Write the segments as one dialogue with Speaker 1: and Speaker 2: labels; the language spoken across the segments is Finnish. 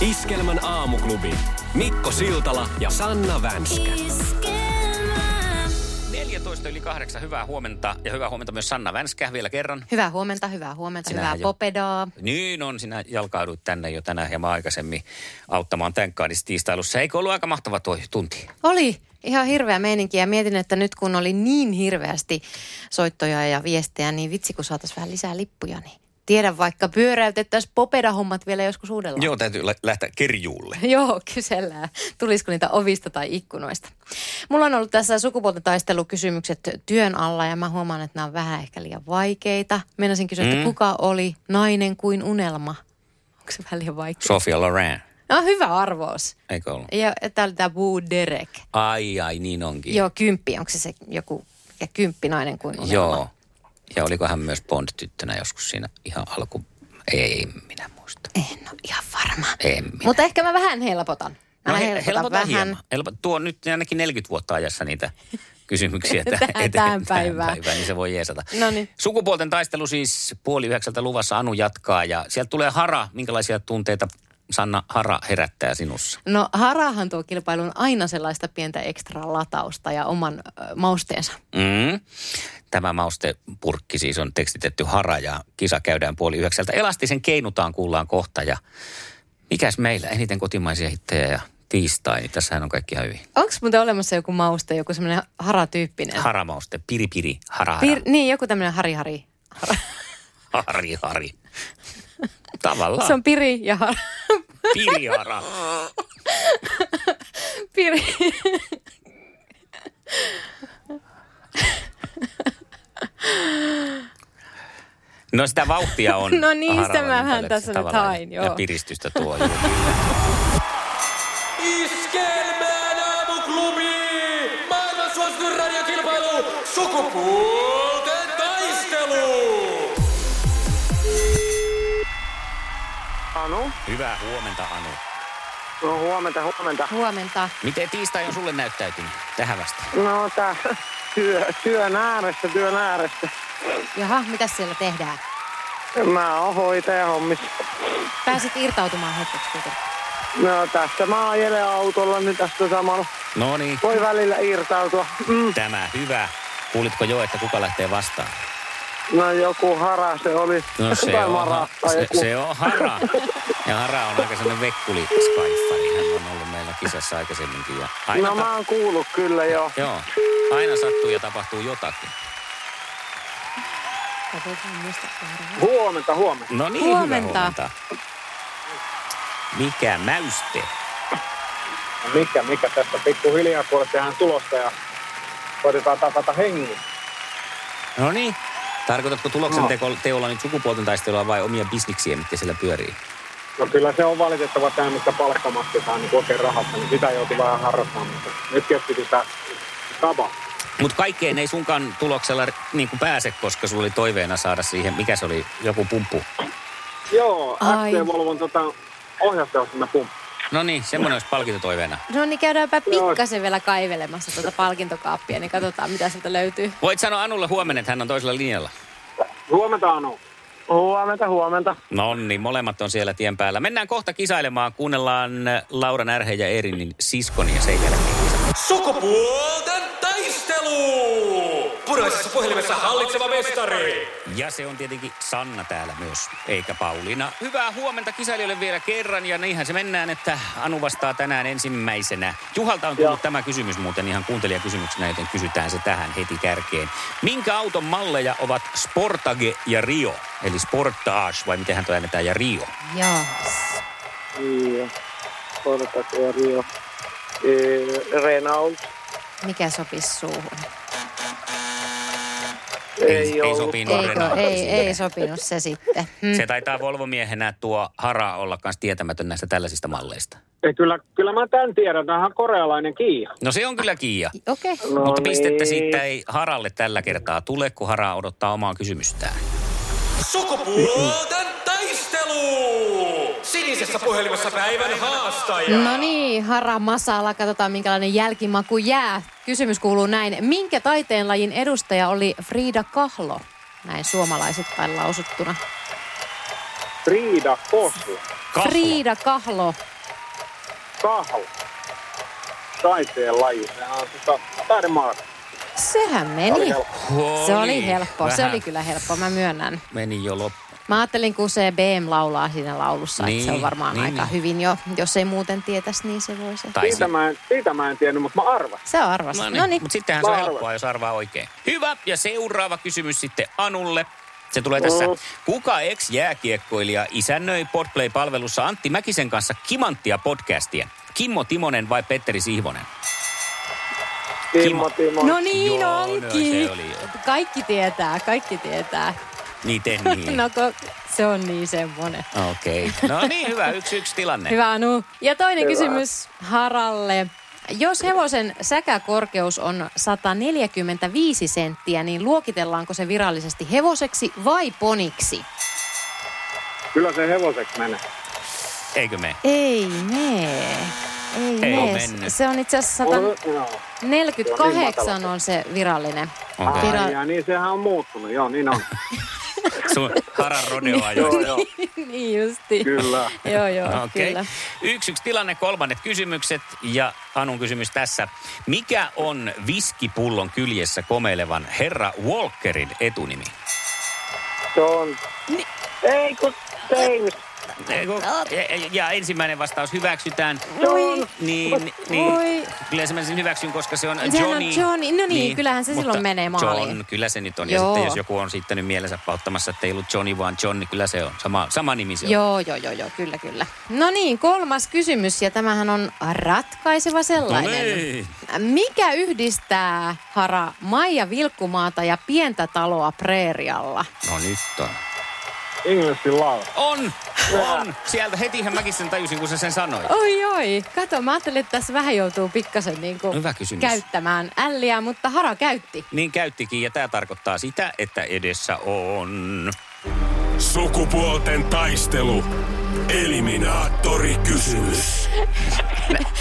Speaker 1: Iskelmän aamuklubi. Mikko Siltala ja Sanna Vänskä.
Speaker 2: 14 yli 8, hyvää huomenta ja hyvää huomenta myös Sanna Vänskä vielä kerran.
Speaker 3: Hyvää huomenta, hyvää huomenta,
Speaker 2: Sinähän jo-
Speaker 3: hyvää popedaa.
Speaker 2: Niin on, sinä jalkauduit tänne jo tänään hieman aikaisemmin auttamaan tänkkaadissa tiistailussa. Eikö ollut aika mahtava tuo tunti?
Speaker 3: Oli ihan hirveä meininki ja mietin, että nyt kun oli niin hirveästi soittoja ja viestejä, niin vitsi kun saataisiin vähän lisää lippuja, niin tiedän vaikka pyöräytettäisiin popeda-hommat vielä joskus uudellaan.
Speaker 4: Joo, täytyy lä- lähteä kerjuulle.
Speaker 3: Joo, kysellään. Tulisiko niitä ovista tai ikkunoista? Mulla on ollut tässä sukupuolten taistelukysymykset työn alla ja mä huomaan, että nämä on vähän ehkä liian vaikeita. Meinasin kysyä,
Speaker 2: Mm.
Speaker 3: että kuka oli nainen kuin unelma? Onko se vähän liian vaikea?
Speaker 2: Sofia Loren,
Speaker 3: No hyvä arvaus.
Speaker 2: eikö ollut?
Speaker 3: Ja tää oli tää Boo Derek.
Speaker 2: Ai ai, niin onkin.
Speaker 3: Joo, kymppi. Onko se se joku ja kymppinainen kuin unelma?
Speaker 2: Joo. Ja oliko hän myös Bond-tyttönä joskus siinä ihan alku? Ei minä muista.
Speaker 3: En ole ihan varma.
Speaker 2: En minä.
Speaker 3: Mutta ehkä mä vähän helpotan. Mä
Speaker 2: No he-
Speaker 3: helpotan vähän.
Speaker 2: hieman. Helpo, tuo on nyt ainakin 40 vuotta ajassa niitä kysymyksiä. että-
Speaker 3: Tähän-
Speaker 2: että-
Speaker 3: tähän päivään.
Speaker 2: päivään. niin se voi jeesata.
Speaker 3: Noniin.
Speaker 2: Sukupuolten taistelu siis puoli yhdeksältä luvassa Anu jatkaa ja sieltä tulee hara. Minkälaisia tunteita Sanna Hara herättää sinussa?
Speaker 3: No harahan tuo kilpailuun aina sellaista pientä ekstra latausta ja oman ö, mausteensa.
Speaker 2: Mm. Tämä maustepurkki siis on tekstitetty hara ja kisa käydään puoli yhdeksältä. Elastisen keinutaan kuullaan kohta ja mikäs meillä eniten kotimaisia hittejä ja tiistai, niin tässähän on kaikki ihan hyvin.
Speaker 3: Onko muuten olemassa joku mauste, joku semmoinen haratyyppinen?
Speaker 2: Haramauste, piripiri, hara, hara.
Speaker 3: Pir- niin, joku tämmöinen hari-hari.
Speaker 2: Hari, hari. Tavallaan.
Speaker 3: Se on piri ja har-
Speaker 2: pirihara.
Speaker 3: piri.
Speaker 2: No sitä vauhtia on.
Speaker 3: No niin, sitä
Speaker 2: haravalla
Speaker 3: mähän
Speaker 2: nyt
Speaker 3: tässä nyt
Speaker 2: tavallaan.
Speaker 3: hain, joo.
Speaker 2: Ja piristystä tuo. Joo.
Speaker 5: Iskelmään aamuklubi! Maailman suosituin radiokilpailu! Sukupuolten taistelu!
Speaker 6: Anu,
Speaker 2: Hyvää huomenta, Anu.
Speaker 6: no huomenta, huomenta.
Speaker 3: Huomenta.
Speaker 2: Miten tiistai on sulle näyttäytynyt tähän vasta?
Speaker 6: No tää työ, työn ääressä, työn ääressä.
Speaker 3: Jaha, mitä siellä tehdään?
Speaker 6: Mä oon hoitaja hommissa.
Speaker 3: Pääsit irtautumaan hetkeksi kuitenkin.
Speaker 6: No tässä mä ajelen autolla, niin tässä samalla
Speaker 2: No niin,
Speaker 6: voi välillä irtautua. Mm.
Speaker 2: tämä hyvä. Kuulitko jo, että kuka lähtee vastaan?
Speaker 6: No joku hara se oli.
Speaker 2: No se
Speaker 6: Tai
Speaker 2: on,
Speaker 6: mara,
Speaker 2: ha-
Speaker 6: tai
Speaker 2: se,
Speaker 6: joku.
Speaker 2: se on hara. Ja hara on aika sellainen vekkuli skaifari. Hän on ollut meillä kisassa aikaisemminkin. Ja aina
Speaker 6: No
Speaker 2: ta-
Speaker 6: mä oon kuullut kyllä jo.
Speaker 2: Joo, aina sattuu ja tapahtuu jotakin.
Speaker 3: Katsotaan muista.
Speaker 6: Huomenta, huomenta.
Speaker 2: No niin,
Speaker 3: Huomenta.
Speaker 2: hyvä huomenta. Mikä mäyste?
Speaker 6: Mikä, mikä tässä pikkuhiljaa kuule tehdään tulosta ja koitetaan tapata hengissä.
Speaker 2: No niin. Tarkoitatko tuloksen
Speaker 6: No.
Speaker 2: teko, teolla nyt sukupuolten taistelua vai omia bisniksiä, mitkä siellä pyörii?
Speaker 6: No kyllä se on valitettava tämä, mistä palkka maksetaan niin oikein rahasta, niin sitä joutuu vähän harrastamaan, mutta nyt keskitytään tapa.
Speaker 2: Mutta kaikkeen ei sunkaan tuloksella niin kuin pääse, koska sulla oli toiveena saada siihen, mikä se oli, joku pumppu.
Speaker 6: Joo,
Speaker 3: Ai.
Speaker 6: XT Volvon tota, ohjausteossa mä pump.
Speaker 2: No niin, semmoinen olisi palkintotoiveena.
Speaker 3: No niin, käydäänpä
Speaker 6: Joo.
Speaker 3: pikkasen vielä kaivelemassa tuota palkintokaappia, niin katsotaan mitä sieltä löytyy.
Speaker 2: Voit sanoa Anulle huomenna, että hän on toisella linjalla.
Speaker 6: Huomenta Anu. Huomenta, huomenta.
Speaker 2: No niin, molemmat on siellä tien päällä. Mennään kohta kisailemaan. Kuunnellaan Laura Närhe ja Erinin siskoni ja sen jälkeen.
Speaker 5: Sukupuolten taistelu! Punaisessa puhelimessa hallitseva mestari!
Speaker 2: Ja se on tietenkin Sanna täällä myös, eikä Pauliina. Hyvää huomenta kisailijoille vielä kerran ja niinhän se mennään, että Anu vastaa tänään ensimmäisenä. Juhalta on tullut
Speaker 6: Joo.
Speaker 2: tämä kysymys muuten ihan kuuntelijakysymyksenä, joten kysytään se tähän heti kärkeen. Minkä auton malleja ovat Sportage ja Rio? Eli Sportage vai miten toi äännetään ja Rio?
Speaker 3: Joo.
Speaker 6: Joo. Korta Rio. Renault.
Speaker 3: Mikä sopisi suuhun?
Speaker 2: Ei, ei, ei sopinut
Speaker 3: Eikö,
Speaker 2: Renato
Speaker 3: ei,
Speaker 2: sinne.
Speaker 3: ei sopinut se sitten. Mm.
Speaker 2: Se taitaa Volvo-miehenä tuo Hara olla myös tietämätön näistä tällaisista malleista.
Speaker 6: Ei, kyllä, kyllä mä tämän tiedän, tämähän on korealainen Kia.
Speaker 2: No se on kyllä Kiia.
Speaker 3: Okei. Okay.
Speaker 6: No
Speaker 2: Mutta pistettä
Speaker 6: niin.
Speaker 2: siitä ei Haralle tällä kertaa tule, kun Hara odottaa omaa kysymystään.
Speaker 5: Sukupuolten taistelu! Sinisessä puhelimessa päivän haastaja.
Speaker 3: No niin, Hara Masala, katsotaan minkälainen jälkimaku jää. Kysymys kuuluu näin. Minkä taiteenlajin edustaja oli Frida Kahlo? Näin suomalaisittain lausuttuna.
Speaker 6: Frida Kohlu.
Speaker 2: Kahlo.
Speaker 3: Frida Kahlo.
Speaker 6: Kahlu. Taiteen laji. Sehän on tota taidemaata.
Speaker 3: Sehän meni. Se oli helppo. Se
Speaker 2: Vähän
Speaker 3: oli kyllä helppo, mä myönnän.
Speaker 2: Meni jo loppu.
Speaker 3: Mä ajattelin, kun se BM laulaa siinä laulussa, niin, että se on
Speaker 2: Niin,
Speaker 3: varmaan
Speaker 2: niin,
Speaker 3: niin, aika
Speaker 2: niin.
Speaker 3: hyvin jo. Jos ei muuten tietäisi, niin se voi se.
Speaker 2: Tai
Speaker 6: Siitä mä, en, siitä mä en tiennyt, mutta mä arvasin.
Speaker 3: Se on arvas. No niin.
Speaker 2: Mutta sittenhän se on
Speaker 6: Mä arvasin.
Speaker 2: helppoa, jos arvaa oikein. Hyvä, ja seuraava kysymys sitten Anulle. Se tulee tässä.
Speaker 6: Mm.
Speaker 2: Kuka ex-jääkiekkoilija isännöi Podplay-palvelussa Antti Mäkisen kanssa Kimanttia podcastia? Kimmo Timonen vai Petteri Sihvonen?
Speaker 6: Kimmo, Timo.
Speaker 3: No niin
Speaker 2: Joo,
Speaker 3: onkin.
Speaker 2: no se oli jo.
Speaker 3: kaikki tietää, kaikki tietää.
Speaker 2: Niiten niin.
Speaker 3: No ko, se on niin semmoinen.
Speaker 2: Okei. Okay. No niin, hyvä. Yksi yksi tilanne.
Speaker 3: Hyvä Anu. Ja toinen
Speaker 6: Hyvä.
Speaker 3: kysymys Haralle. Jos hevosen säkäkorkeus on 145 senttiä, niin luokitellaanko se virallisesti hevoseksi vai poniksi?
Speaker 6: Kyllä se hevoseksi menee.
Speaker 2: Eikö me?
Speaker 3: Ei mene. Ei,
Speaker 2: Ei
Speaker 3: mene.
Speaker 2: oo mennyt.
Speaker 3: Se on itse asiassa
Speaker 6: On, joo.
Speaker 3: 148 on se virallinen.
Speaker 2: Okei.
Speaker 3: Vira-
Speaker 6: Ai, ja niin sehän on muuttunut. Joo, niin on.
Speaker 2: Sun haran rodeoa
Speaker 6: joo, joo.
Speaker 3: niin justi.
Speaker 6: Kyllä.
Speaker 3: joo, joo, okay.
Speaker 2: Okei.
Speaker 3: kyllä.
Speaker 2: Yksi yksi tilanne, kolmannet kysymykset ja Anun kysymys tässä. Mikä on viskipullon kyljessä komeilevan herra Walkerin etunimi?
Speaker 6: Se on... Ei kun James.
Speaker 2: Ei, kun-
Speaker 3: No.
Speaker 2: ja- Ja ensimmäinen vastaus hyväksytään.
Speaker 3: Voi.
Speaker 2: Niin, niin.
Speaker 3: Voi.
Speaker 2: Kyllä se mä sen hyväksyn, koska se on
Speaker 3: Sehän on
Speaker 2: Johnny.
Speaker 3: Johnny. No niin, kyllähän se
Speaker 2: mutta
Speaker 3: silloin menee maaliin.
Speaker 2: John, kyllä se nyt on. Ja
Speaker 3: Joo.
Speaker 2: sitten jos joku on sitten nyt mielensä pauttamassa, että ei ollut Johnny vaan John, niin kyllä se on. Sama, sama nimi se on.
Speaker 3: Joo, joo, joo, joo, kyllä, kyllä. No niin, kolmas kysymys, ja tämähän on ratkaiseva sellainen.
Speaker 2: No niin.
Speaker 3: Mikä yhdistää, Hara, Maija Vilkkumaata ja pientä taloa Preerialla?
Speaker 2: No nyt on.
Speaker 6: Englishin laulu.
Speaker 2: On, on. Sieltä hetihän mäkin sen tajusin, kun sä sen sanoit.
Speaker 3: Oi, oi. Kato, mä ajattelin, että tässä vähän joutuu pikkasen niin kuin
Speaker 2: Hyvä kysymys.
Speaker 3: käyttämään älliä, mutta Hara käytti.
Speaker 2: Niin käyttikin, ja tämä tarkoittaa sitä, että edessä on...
Speaker 5: Sukupuolten taistelu. Eliminaattori kysymys.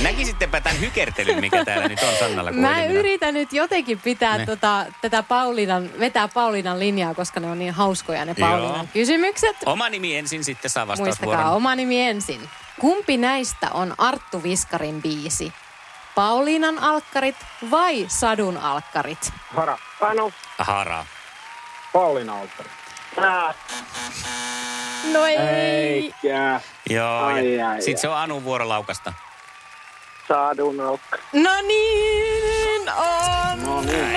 Speaker 2: Näkisittepä tämän hykertelyn, mikä täällä nyt on Sannalla. kun
Speaker 3: Mä
Speaker 2: elimina-
Speaker 3: yritän nyt jotenkin pitää
Speaker 2: Ne.
Speaker 3: tota, tätä Paulinan, vetää Paulinan linjaa, koska ne on niin hauskoja ne Paulinan
Speaker 2: Joo.
Speaker 3: kysymykset.
Speaker 2: Oma nimi ensin, sitten saa vastausvuoron.
Speaker 3: Muistakaa oma nimi ensin. Kumpi näistä on Arttu Viskarin biisi? Pauliinan alkkarit vai Sadun alkkarit?
Speaker 6: Hara. Sano.
Speaker 2: Hara.
Speaker 6: Pauliina Alttari. Tää.
Speaker 3: No ei.
Speaker 6: Eikä.
Speaker 2: Joo,
Speaker 6: Ai,
Speaker 2: ja
Speaker 6: ai,
Speaker 2: sitten
Speaker 6: ai.
Speaker 2: se on Anun vuorolaukasta.
Speaker 6: Saadun alkka.
Speaker 3: No niin, on.
Speaker 6: No niin.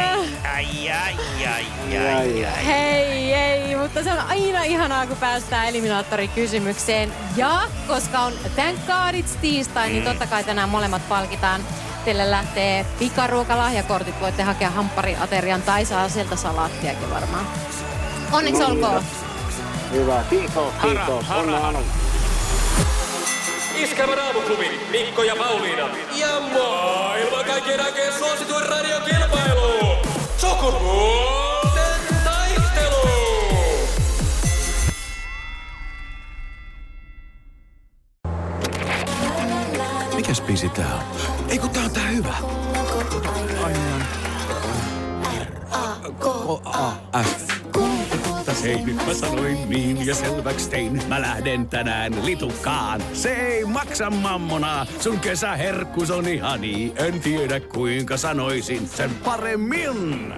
Speaker 2: Ai, ai, ai, ai, ai.
Speaker 6: Ai,
Speaker 3: Hei, ei, mutta se on aina ihanaa, kun päästään eliminaattorikysymykseen. Ja koska on Thank God it's tiistai, niin totta kai tänään molemmat palkitaan. Teille lähtee pikaruokalahjakortit, voitte hakea hamppariaterian tai saa sieltä salaattiakin varmaan. Onneksi olkoon.
Speaker 6: Hyvä. Kiitos, kiitos. Onnea Anu.
Speaker 5: Iskävä raamuklubi, Mikko ja Pauliina. Ja maailman kaikkien aikeen suosituen radiokilpailu. Sukupuolten taistelu.
Speaker 7: Mikäs biisi tää on? Ei kun tää on tää hyvä. F.
Speaker 8: Mutta Hei, nyt mä sanoin niin ja selväks tein. Mä lähden tänään litukaan. Se ei maksa mammonaa. Sun kesäherkkus on ihani. En tiedä kuinka sanoisin sen paremmin.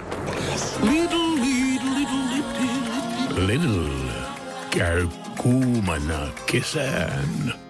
Speaker 8: Little, little, little, little, little. Little. Käy kuumana kesään.